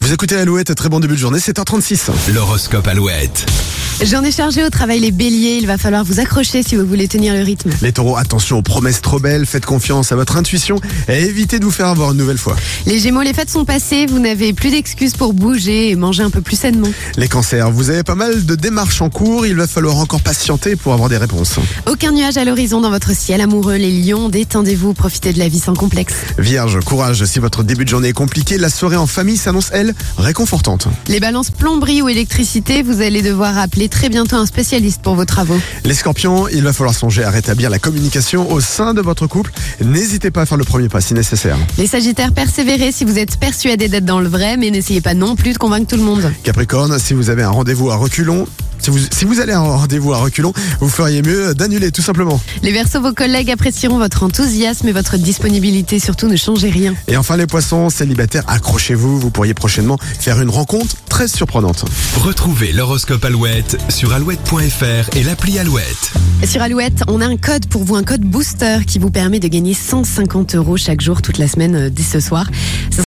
Vous écoutez Alouette, très bon début de journée, 7h36. L'horoscope Alouette. J'en ai chargé au travail les béliers, il va falloir vous accrocher si vous voulez tenir le rythme. Les taureaux, attention aux promesses trop belles, faites confiance à votre intuition et évitez de vous faire avoir une nouvelle fois. Les gémeaux, les fêtes sont passées, vous n'avez plus d'excuses pour bouger et manger un peu plus sainement. Les cancers, vous avez pas mal de démarches en cours, il va falloir encore patienter pour avoir des réponses. Aucun nuage à l'horizon dans votre ciel amoureux, les lions, détendez-vous, profitez de la vie sans complexe. Vierge, courage, si votre début de journée est compliqué, la soirée en famille s'annonce, elle, réconfortante. Les balances plomberie ou électricité, vous allez devoir appeler très bientôt un spécialiste pour vos travaux. Les scorpions, il va falloir songer à rétablir la communication au sein de votre couple. N'hésitez pas à faire le premier pas si nécessaire. Les sagittaires, persévérez si vous êtes persuadés d'être dans le vrai, mais n'essayez pas non plus de convaincre tout le monde. Capricorne, si vous avez un rendez-vous à reculons, si vous, si vous allez à un rendez-vous à reculons, vous feriez mieux d'annuler tout simplement. Les versos, vos collègues apprécieront votre enthousiasme et votre disponibilité, surtout ne changez rien. Et enfin les poissons, célibataires, accrochez-vous, vous pourriez prochainement faire une rencontre très surprenante. Retrouvez l'horoscope Alouette sur alouette.fr et l'appli Alouette. Sur Alouette, on a un code pour vous, un code booster qui vous permet de gagner 150 euros chaque jour toute la semaine euh, dès ce soir. Ce